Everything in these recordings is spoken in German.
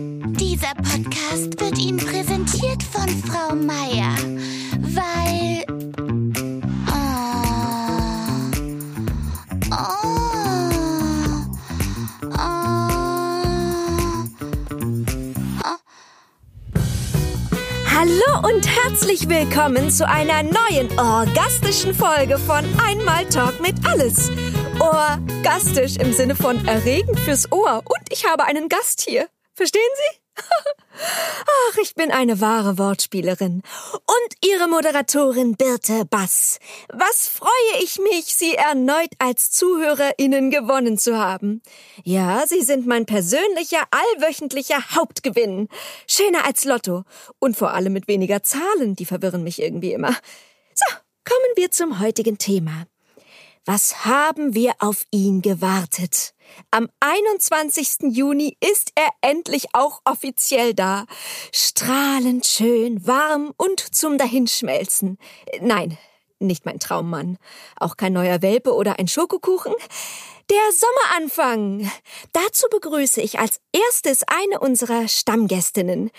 Dieser Podcast wird Ihnen präsentiert von Frau Meier, weil... Oh. Oh. Oh. Hallo und herzlich willkommen zu einer neuen orgastischen Folge von Einmal Talk mit Alles. Orgastisch im Sinne von erregend fürs Ohr und ich habe einen Gast hier. Verstehen Sie? Ach, ich bin eine wahre Wortspielerin. Und Ihre Moderatorin Birte Bass. Was freue ich mich, Sie erneut als ZuhörerInnen gewonnen zu haben. Ja, Sie sind mein persönlicher, allwöchentlicher Hauptgewinn. Schöner als Lotto. Und vor allem mit weniger Zahlen, die verwirren mich irgendwie immer. So, kommen wir zum heutigen Thema. Was haben wir auf ihn gewartet? Am 21. Juni ist er endlich auch offiziell da. Strahlend schön, warm und zum Dahinschmelzen. Äh, Nein, nicht mein Traummann. Auch kein neuer Welpe oder ein Schokokuchen. Der Sommeranfang. Dazu begrüße ich als erstes eine unserer Stammgästinnen,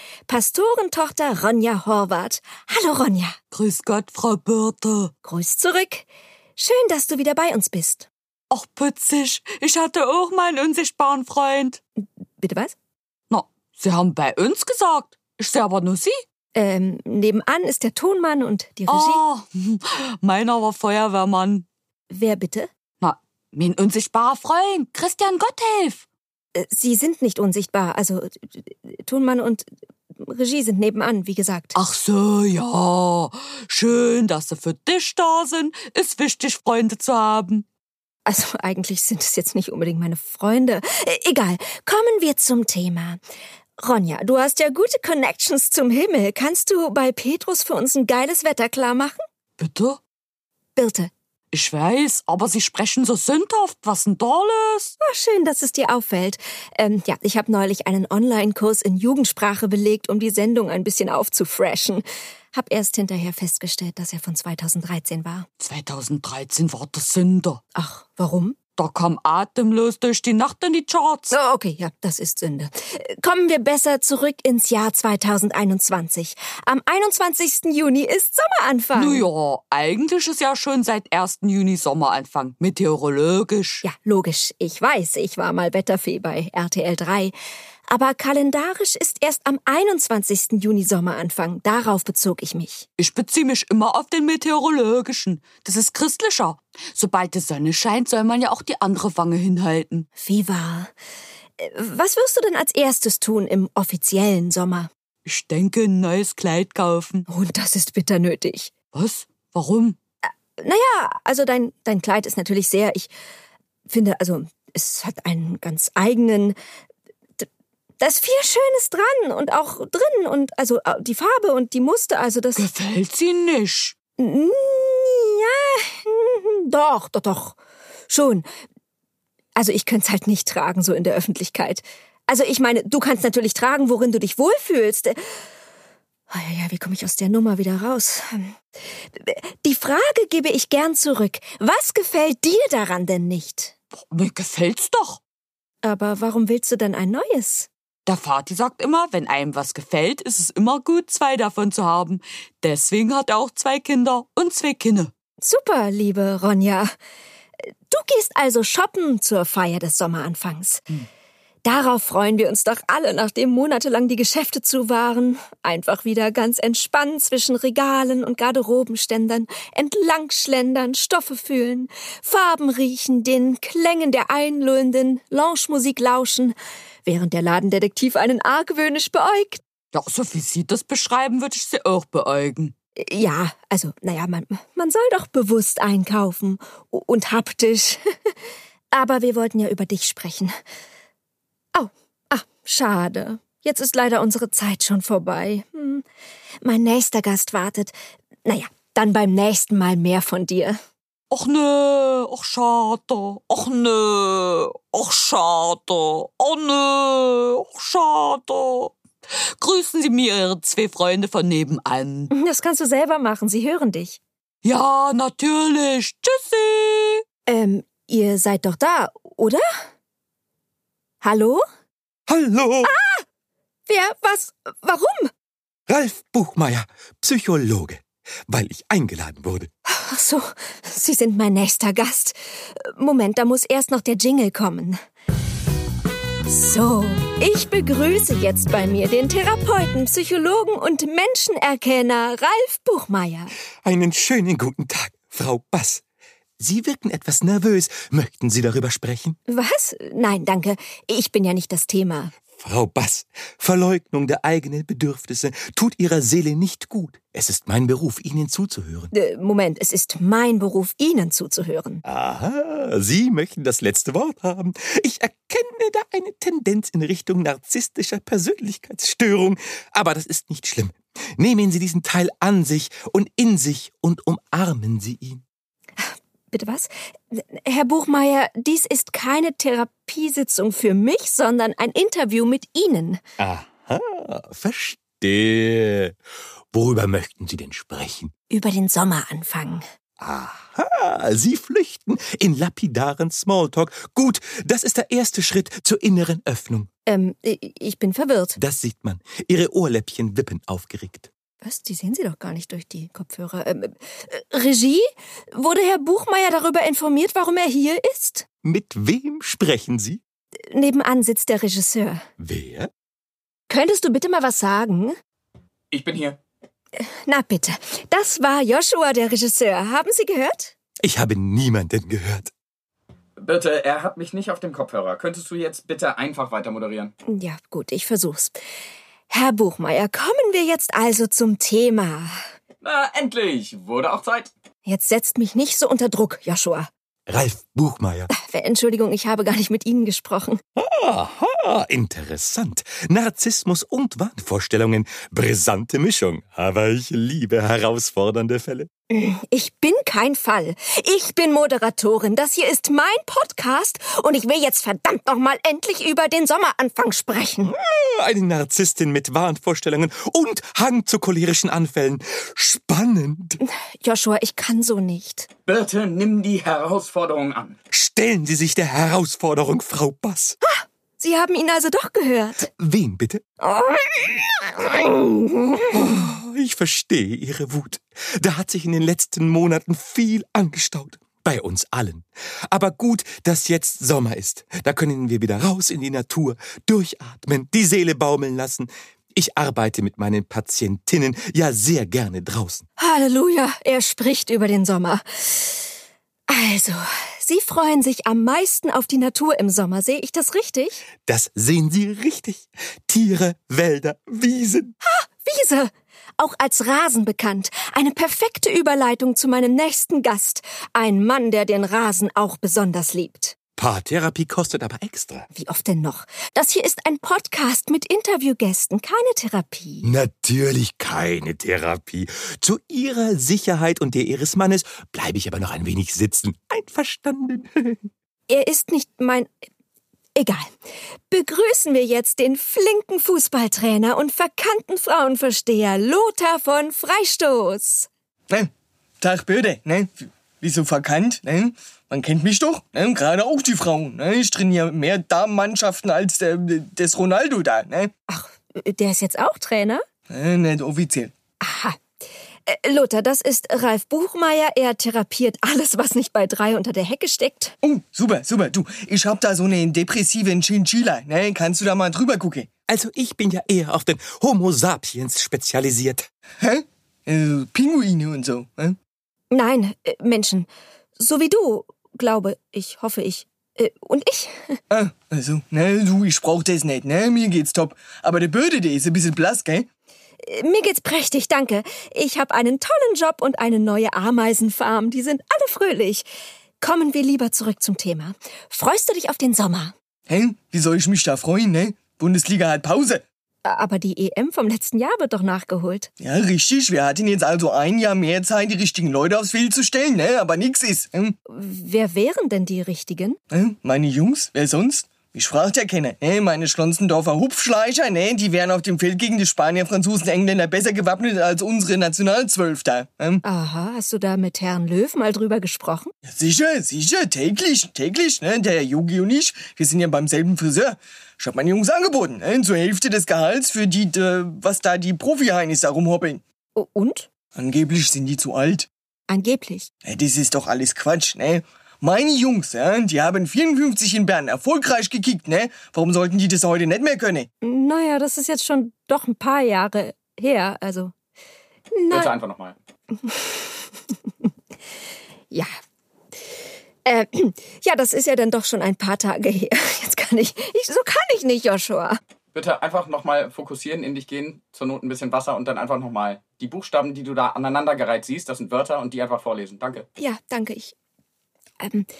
Pastorentochter Ronja Horvath. Hallo Ronja. Grüß Gott, Frau Birte. Gruß zurück. Schön, dass du wieder bei uns bist. Ach, putzig, ich hatte auch mal einen unsichtbaren Freund. Bitte was? Na, Sie haben bei uns gesagt. Ich sehe aber nur Sie. Ähm, nebenan ist der Tonmann und die Regie. Ah, meiner war Feuerwehrmann. Wer bitte? Na, mein unsichtbarer Freund, Christian Gotthelf. Äh, Sie sind nicht unsichtbar. Also äh, Tonmann und Regie sind nebenan, wie gesagt. Ach so, ja. Schön, dass Sie für dich da sind. Ist wichtig, Freunde zu haben. Also eigentlich sind es jetzt nicht unbedingt meine Freunde. Äh, egal, kommen wir zum Thema. Ronja, du hast ja gute Connections zum Himmel. Kannst du bei Petrus für uns ein geiles Wetter klar machen? Bitte? Birte. Ich weiß, aber Sie sprechen so sündhaft. Was denn da los? Oh, schön, dass es dir auffällt. Ähm, ja, ich habe neulich einen Online-Kurs in Jugendsprache belegt, um die Sendung ein bisschen aufzufreshen. Hab erst hinterher festgestellt, dass er von 2013 war. 2013 war der Sünder. Ach, warum? Da kam atemlos durch die Nacht in die Charts. So, okay, ja, das ist Sünde. Äh, Kommen wir besser zurück ins Jahr 2021. Am 21. Juni ist Sommeranfang. Nun ja, eigentlich ist ja schon seit 1. Juni Sommeranfang, meteorologisch. Ja, logisch. Ich weiß, ich war mal Wetterfee bei RTL 3. Aber kalendarisch ist erst am 21. Juni Sommeranfang. Darauf bezog ich mich. Ich beziehe mich immer auf den meteorologischen. Das ist christlicher. Sobald die Sonne scheint, soll man ja auch die andere Wange hinhalten. Wie war? Äh, Was wirst du denn als erstes tun im offiziellen Sommer? Ich denke, ein neues Kleid kaufen. Und das ist bitter nötig. Was? Warum? Naja, also dein, dein Kleid ist natürlich sehr, ich finde, also es hat einen ganz eigenen. d- Da ist viel Schönes dran und auch drin und also äh, die Farbe und die Muster, also das. Gefällt sie nicht. Mm, Ja, mm, doch, doch, doch. Schon. Also ich könnte es halt nicht tragen, so in der Öffentlichkeit. Also ich meine, du kannst natürlich tragen, worin du dich wohlfühlst. Äh, Oh ja, ja, wie komme ich aus der Nummer wieder raus? Hm. Die Frage gebe ich gern zurück. Was gefällt dir daran denn nicht? Mir gefällt's doch. Aber warum willst du denn ein neues? Der Vati sagt immer, wenn einem was gefällt, ist es immer gut, zwei davon zu haben. Deswegen hat er auch zwei Kinder und zwei Kinder. Super, liebe Ronja. Du gehst also shoppen zur Feier des Sommeranfangs. Darauf freuen wir uns doch alle, nachdem monatelang die Geschäfte zu waren. Einfach wieder ganz entspannt zwischen Regalen und Garderobenständern entlang schlendern, Stoffe fühlen, Farben riechen, den Klängen der einlullenden Lounge-Musik lauschen, während der Ladendetektiv einen argwöhnisch beäugt. Ja, so wie Sie das beschreiben, würde ich Sie auch beäugen. Ja, also, naja, man, man soll doch bewusst einkaufen U- und haptisch. Aber wir wollten ja über dich sprechen. Au, ah, schade. Jetzt ist leider unsere Zeit schon vorbei. Hm. Mein nächster Gast wartet. Naja, dann beim nächsten Mal mehr von dir. Och nö, och schade, och nö, och schade, oh nö, och schade. Grüßen Sie mir Ihre zwei Freunde von nebenan. Das kannst du selber machen, sie hören dich. Ja, natürlich. Tschüssi. Ähm, ihr seid doch da, oder? Hallo? Hallo! Wer, was, warum? Ralf Buchmeier, Psychologe, weil ich eingeladen wurde. Ach so, Sie sind mein nächster Gast. Moment, da muss erst noch der Jingle kommen. So, ich begrüße jetzt bei mir den Therapeuten, Psychologen und Menschenerkenner Ralf Buchmeier. Einen schönen guten Tag, Frau Bass. Sie wirken etwas nervös. Möchten Sie darüber sprechen? Was? Nein, danke. Ich bin ja nicht das Thema. Frau Bass, Verleugnung der eigenen Bedürfnisse tut Ihrer Seele nicht gut. Es ist mein Beruf, Ihnen zuzuhören. Äh, Moment, es ist mein Beruf, Ihnen zuzuhören. Aha, Sie möchten das letzte Wort haben. Ich erkenne da eine Tendenz in Richtung narzisstischer Persönlichkeitsstörung, aber das ist nicht schlimm. Nehmen Sie diesen Teil an sich und in sich und umarmen Sie ihn. Bitte was? Herr Buchmeier, dies ist keine Therapiesitzung für mich, sondern ein Interview mit Ihnen. Aha, verstehe. Worüber möchten Sie denn sprechen? Über den Sommeranfang. Aha, Ah, Sie flüchten in lapidaren Smalltalk. Gut, das ist der erste Schritt zur inneren Öffnung. Ähm, i- ich bin verwirrt. Das sieht man. Ihre Ohrläppchen wippen aufgeregt. Was? Die sehen Sie doch gar nicht durch die Kopfhörer. Ähm, äh, Regie? Wurde Herr Buchmeier darüber informiert, warum er hier ist? Mit wem sprechen Sie? Nebenan sitzt der Regisseur. Wer? Könntest du bitte mal was sagen? Ich bin hier. Na bitte. Das war Joshua, der Regisseur. Haben Sie gehört? Ich habe niemanden gehört. Bitte, er hat mich nicht auf dem Kopfhörer. Könntest du jetzt bitte einfach weiter moderieren? Ja, gut, ich versuch's. Herr Buchmeier, kommen wir jetzt also zum Thema. Na, endlich! Wurde auch Zeit. Jetzt setzt mich nicht so unter Druck, Joshua. Ralf Buchmeier. Entschuldigung, ich habe gar nicht mit Ihnen gesprochen. Aha, Ah, interessant. Narzissmus und Wahnvorstellungen. Brisante Mischung. Aber ich liebe herausfordernde Fälle. Ich bin kein Fall. Ich bin Moderatorin. Das hier ist mein Podcast und ich will jetzt verdammt nochmal endlich über den Sommeranfang sprechen. Eine Narzisstin mit Wahnvorstellungen und Hang zu cholerischen Anfällen. Spannend. Joshua, ich kann so nicht. Bitte nimm die Herausforderung an. Stellen Sie sich der Herausforderung, Frau Bass. Sie haben ihn also doch gehört. Wen bitte? Oh, Ich verstehe Ihre Wut. Da hat sich in den letzten Monaten viel angestaut. Bei uns allen. Aber gut, dass jetzt Sommer ist. Da können wir wieder raus in die Natur, durchatmen, die Seele baumeln lassen. Ich arbeite mit meinen Patientinnen ja sehr gerne draußen. Halleluja, er spricht über den Sommer. Also, Sie freuen sich am meisten auf die Natur im Sommer, sehe ich das richtig? Das sehen Sie richtig. Tiere, Wälder, Wiesen. Wiese, auch als Rasen bekannt. Eine perfekte Überleitung zu meinem nächsten Gast. Ein Mann, der den Rasen auch besonders liebt. Paartherapie kostet aber extra. Wie oft denn noch? Das hier ist ein Podcast mit Interviewgästen, keine Therapie. Natürlich keine Therapie. Zu Ihrer Sicherheit und der Ihres Mannes bleibe ich aber noch ein wenig sitzen. Einverstanden? Er ist nicht mein. Egal. Begrüßen wir jetzt den flinken Fußballtrainer und verkannten Frauenversteher Lothar von Freistoß. Nein, Tag Böde, nein. Wieso verkannt? Nein, man kennt mich doch. Nein, gerade auch die Frauen. Nein, ich trainiere mehr Damenmannschaften als der, des Ronaldo da. Nein, Ach, der ist jetzt auch Trainer? nein, nicht offiziell. Aha. Äh, Lothar, das ist Ralf Buchmeier. Er therapiert alles, was nicht bei drei unter der Hecke steckt. Oh, super, super. Du, ich hab da so einen depressiven Chinchilla. Nein, kannst du da mal drüber gucken? Also ich bin ja eher auf den Homo sapiens spezialisiert. Hä? Äh, Pinguine und so. ne? Hä? Nein, äh, Menschen. So wie du, glaube ich, hoffe ich. Äh, Und ich? Ah, also, ne, du, ich brauch das nicht. Ne, mir geht's top. Aber der Böde, der ist ein bisschen blass, gell? Äh, Mir geht's prächtig, danke. Ich habe einen tollen Job und eine neue Ameisenfarm. Die sind alle fröhlich. Kommen wir lieber zurück zum Thema. Freust du dich auf den Sommer? Hä? Wie soll ich mich da freuen, ne? Bundesliga hat Pause. Aber die EM vom letzten Jahr wird doch nachgeholt. Ja, richtig. Wir hatten jetzt also ein Jahr mehr Zeit, die richtigen Leute aufs Feld zu stellen, ne? Aber nix ist. Hm? Wer wären denn die richtigen? Hm? Meine Jungs, wer sonst? Wie sprach der Kenner? Ne, meine Schlonsendorfer Hupfschleicher, ne, die wären auf dem Feld gegen die Spanier, Franzosen, Engländer besser gewappnet als unsere Nationalzwölfter. Ähm, Aha, hast du da mit Herrn Löw mal drüber gesprochen? Sicher, sicher, täglich, täglich, ne? Der Yogi und ich, wir sind ja beim selben Friseur. Ich hab meine Jungs angeboten, ne? Zur Hälfte des Gehalts für die, äh, was da die Profi-Heinis da rumhoppeln. O- Und? Angeblich sind die zu alt. Angeblich. Ne, das ist doch alles Quatsch, ne? Meine Jungs, ja, die haben 54 in Bern erfolgreich gekickt, ne? Warum sollten die das heute nicht mehr können? Naja, das ist jetzt schon doch ein paar Jahre her, also. Bitte Nein. einfach nochmal. Ja. Äh, ja, das ist ja dann doch schon ein paar Tage her. Jetzt kann ich, ich so kann ich nicht, Joshua. Bitte einfach nochmal fokussieren, in dich gehen, zur Not ein bisschen Wasser und dann einfach nochmal. Die Buchstaben, die du da aneinandergereiht siehst, das sind Wörter und die einfach vorlesen. Danke. Ja, danke ich.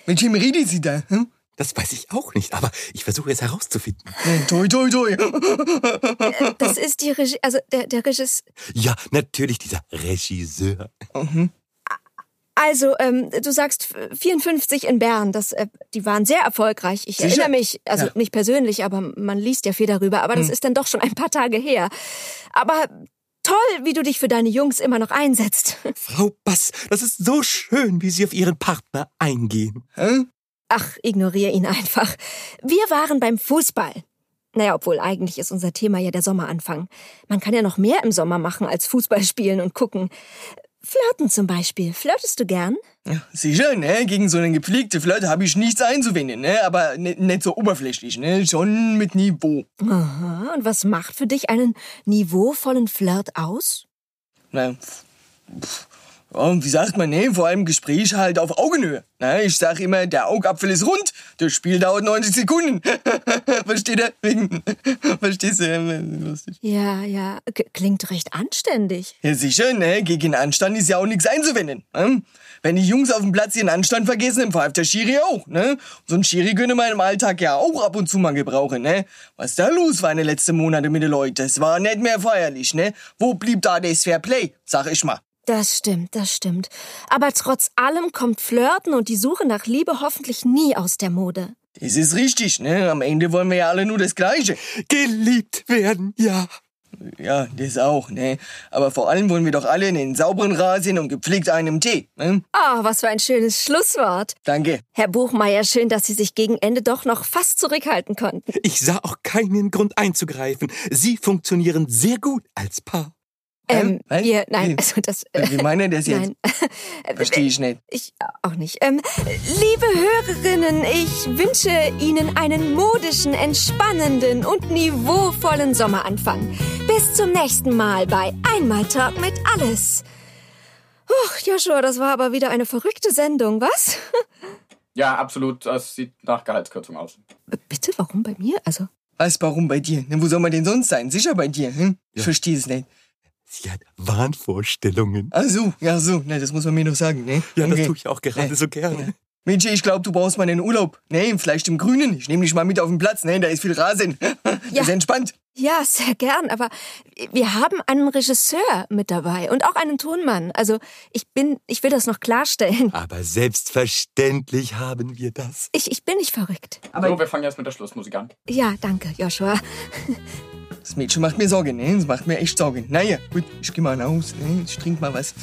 Mit wem redet sie da? Hm? Das weiß ich auch nicht, aber ich versuche es herauszufinden. Ne, toi, toi, toi. Das ist die Regie, also der, der Regisseur. Ja, natürlich dieser Regisseur. Also, ähm, du sagst f- 54 in Bern, das, äh, die waren sehr erfolgreich. Ich Sicher? erinnere mich, also Ja. Hm. nicht persönlich, aber man liest ja viel darüber. Aber das ist dann doch schon ein paar Tage her. Aber toll, wie du dich für deine Jungs immer noch einsetzt. Frau Bass, das ist so schön, wie Sie auf Ihren Partner eingehen. Hm? Ach, ignoriere ihn einfach. Wir waren beim Fußball. Naja, obwohl eigentlich ist unser Thema ja der Sommeranfang. Man kann ja noch mehr im Sommer machen als Fußball spielen und gucken. Flirten zum Beispiel. Flirtest du gern? Sicher, ne? Gegen so eine gepflegte Flirte habe ich nichts einzuwenden, ne? Aber ni- nicht so oberflächlich, ne? Schon mit Niveau. Aha, Ah, und was macht für dich einen niveauvollen Flirt aus? Na, pf, pf, ja, wie sagt man, ne? Vor allem Gespräche halt auf Augenhöhe. Na, ich sag immer, der Augapfel ist rund, das Spiel dauert 90 Sekunden. Versteht er? Wegen, verstehst du? Ähm, Lustig. Ja, ja, k- klingt recht anständig. Ja, sicher, ne? Gegen Anstand ist ja auch nichts einzuwenden. Ne? Wenn die Jungs auf dem Platz ihren Anstand vergessen, dann pfeift der Schiri auch, ne? So ein Schiri könnte man im Alltag ja auch ab und zu mal gebrauchen, ne? Was da los war in den letzten Monaten mit den Leuten? Das war nicht mehr feierlich, ne? Wo blieb da das Fairplay? Sag ich mal. Das stimmt, das stimmt. Aber trotz allem kommt Flirten und die Suche nach Liebe hoffentlich nie aus der Mode. Das ist richtig, ne? Am Ende wollen wir ja alle nur das Gleiche. Geliebt werden, ja. Ja, das auch, ne? Aber vor allem wollen wir doch alle einen sauberen Rasen und gepflegt einem Tee, ne? Ah, was für ein schönes Schlusswort. Danke. Herr Buchmeier, schön, dass Sie sich gegen Ende doch noch fast zurückhalten konnten. Ich sah auch keinen Grund einzugreifen. Sie funktionieren sehr gut als Paar. Ähm, Hä? wir, nein, Wie- also das. Wie meint er das jetzt? Nein. Verstehe ich nicht. Ich auch nicht. Ähm, liebe Hörerinnen, ich wünsche Ihnen einen modischen, entspannenden und niveauvollen Sommeranfang. Bis zum nächsten Mal bei Einmal Talk mit Alles. Huch, Joshua, das war aber wieder eine verrückte Sendung, was? Ja, absolut. Das sieht nach Gehaltskürzung aus. Bitte, warum bei mir? Also, Was, warum bei dir? Ne, wo soll man denn sonst sein? Sicher bei dir, hm? Ich verstehe es nicht. Sie hat Wahnvorstellungen. Ach so, ja so, ne, das muss man mir noch sagen, ne? Ja, das Okay. tue ich auch gerade so gerne. Mensch, ich glaube, du brauchst mal einen Urlaub. Ne, vielleicht im Grünen. Ich nehme dich mal mit auf den Platz, ne? Da ist viel Rasen. Ja. Ist entspannt. ja, sehr gern, aber wir haben einen Regisseur mit dabei und auch einen Tonmann. Also, ich bin, ich will das noch klarstellen. Aber selbstverständlich haben wir das. Ich, ich bin nicht verrückt. so, wir fangen jetzt mit der Schlussmusik an. Ja, danke, Joshua. Das Mädchen macht mir Sorgen, ne? Das macht mir echt Sorgen. Naja, gut, ich geh mal raus, ne? Ich trink mal was.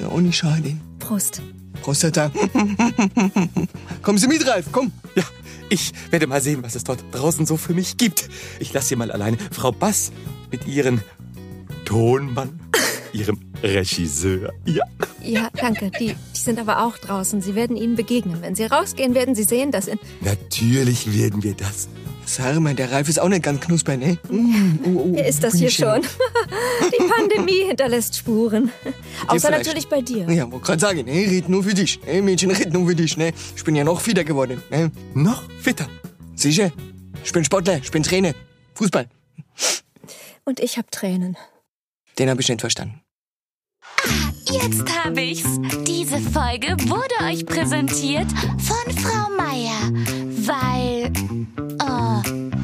Ja, auch nicht schade. Prost. Prostata. Kommst du mit, Ralf? Komm. Ja, ich werde mal sehen, was es dort draußen so für mich gibt. Ich lasse sie mal alleine. Frau Bass mit ihrem Tonmann, ihrem Regisseur. Ja. Ja, danke. Die, die sind aber auch draußen. Sie werden ihnen begegnen. Wenn sie rausgehen, werden sie sehen, dass in. Natürlich werden wir das. Sag mal, der Ralf ist auch nicht ganz knusper, ne? Wer ist das hier schon? Die Pandemie hinterlässt Spuren. Außer vielleicht. natürlich bei dir. Ja, wollte gerade sagen, ne? Red nur für dich. Ne? Mädchen, red nur für dich, ne? Ich bin ja noch fitter geworden, ne? Noch fitter. Sicher? Ich bin Sportler, ich bin Trainer. Fußball. Und ich habe Tränen. Den habe ich nicht verstanden. oh. Jetzt habe ich's. Diese Folge wurde euch präsentiert von Frau Meier, weil. Oh,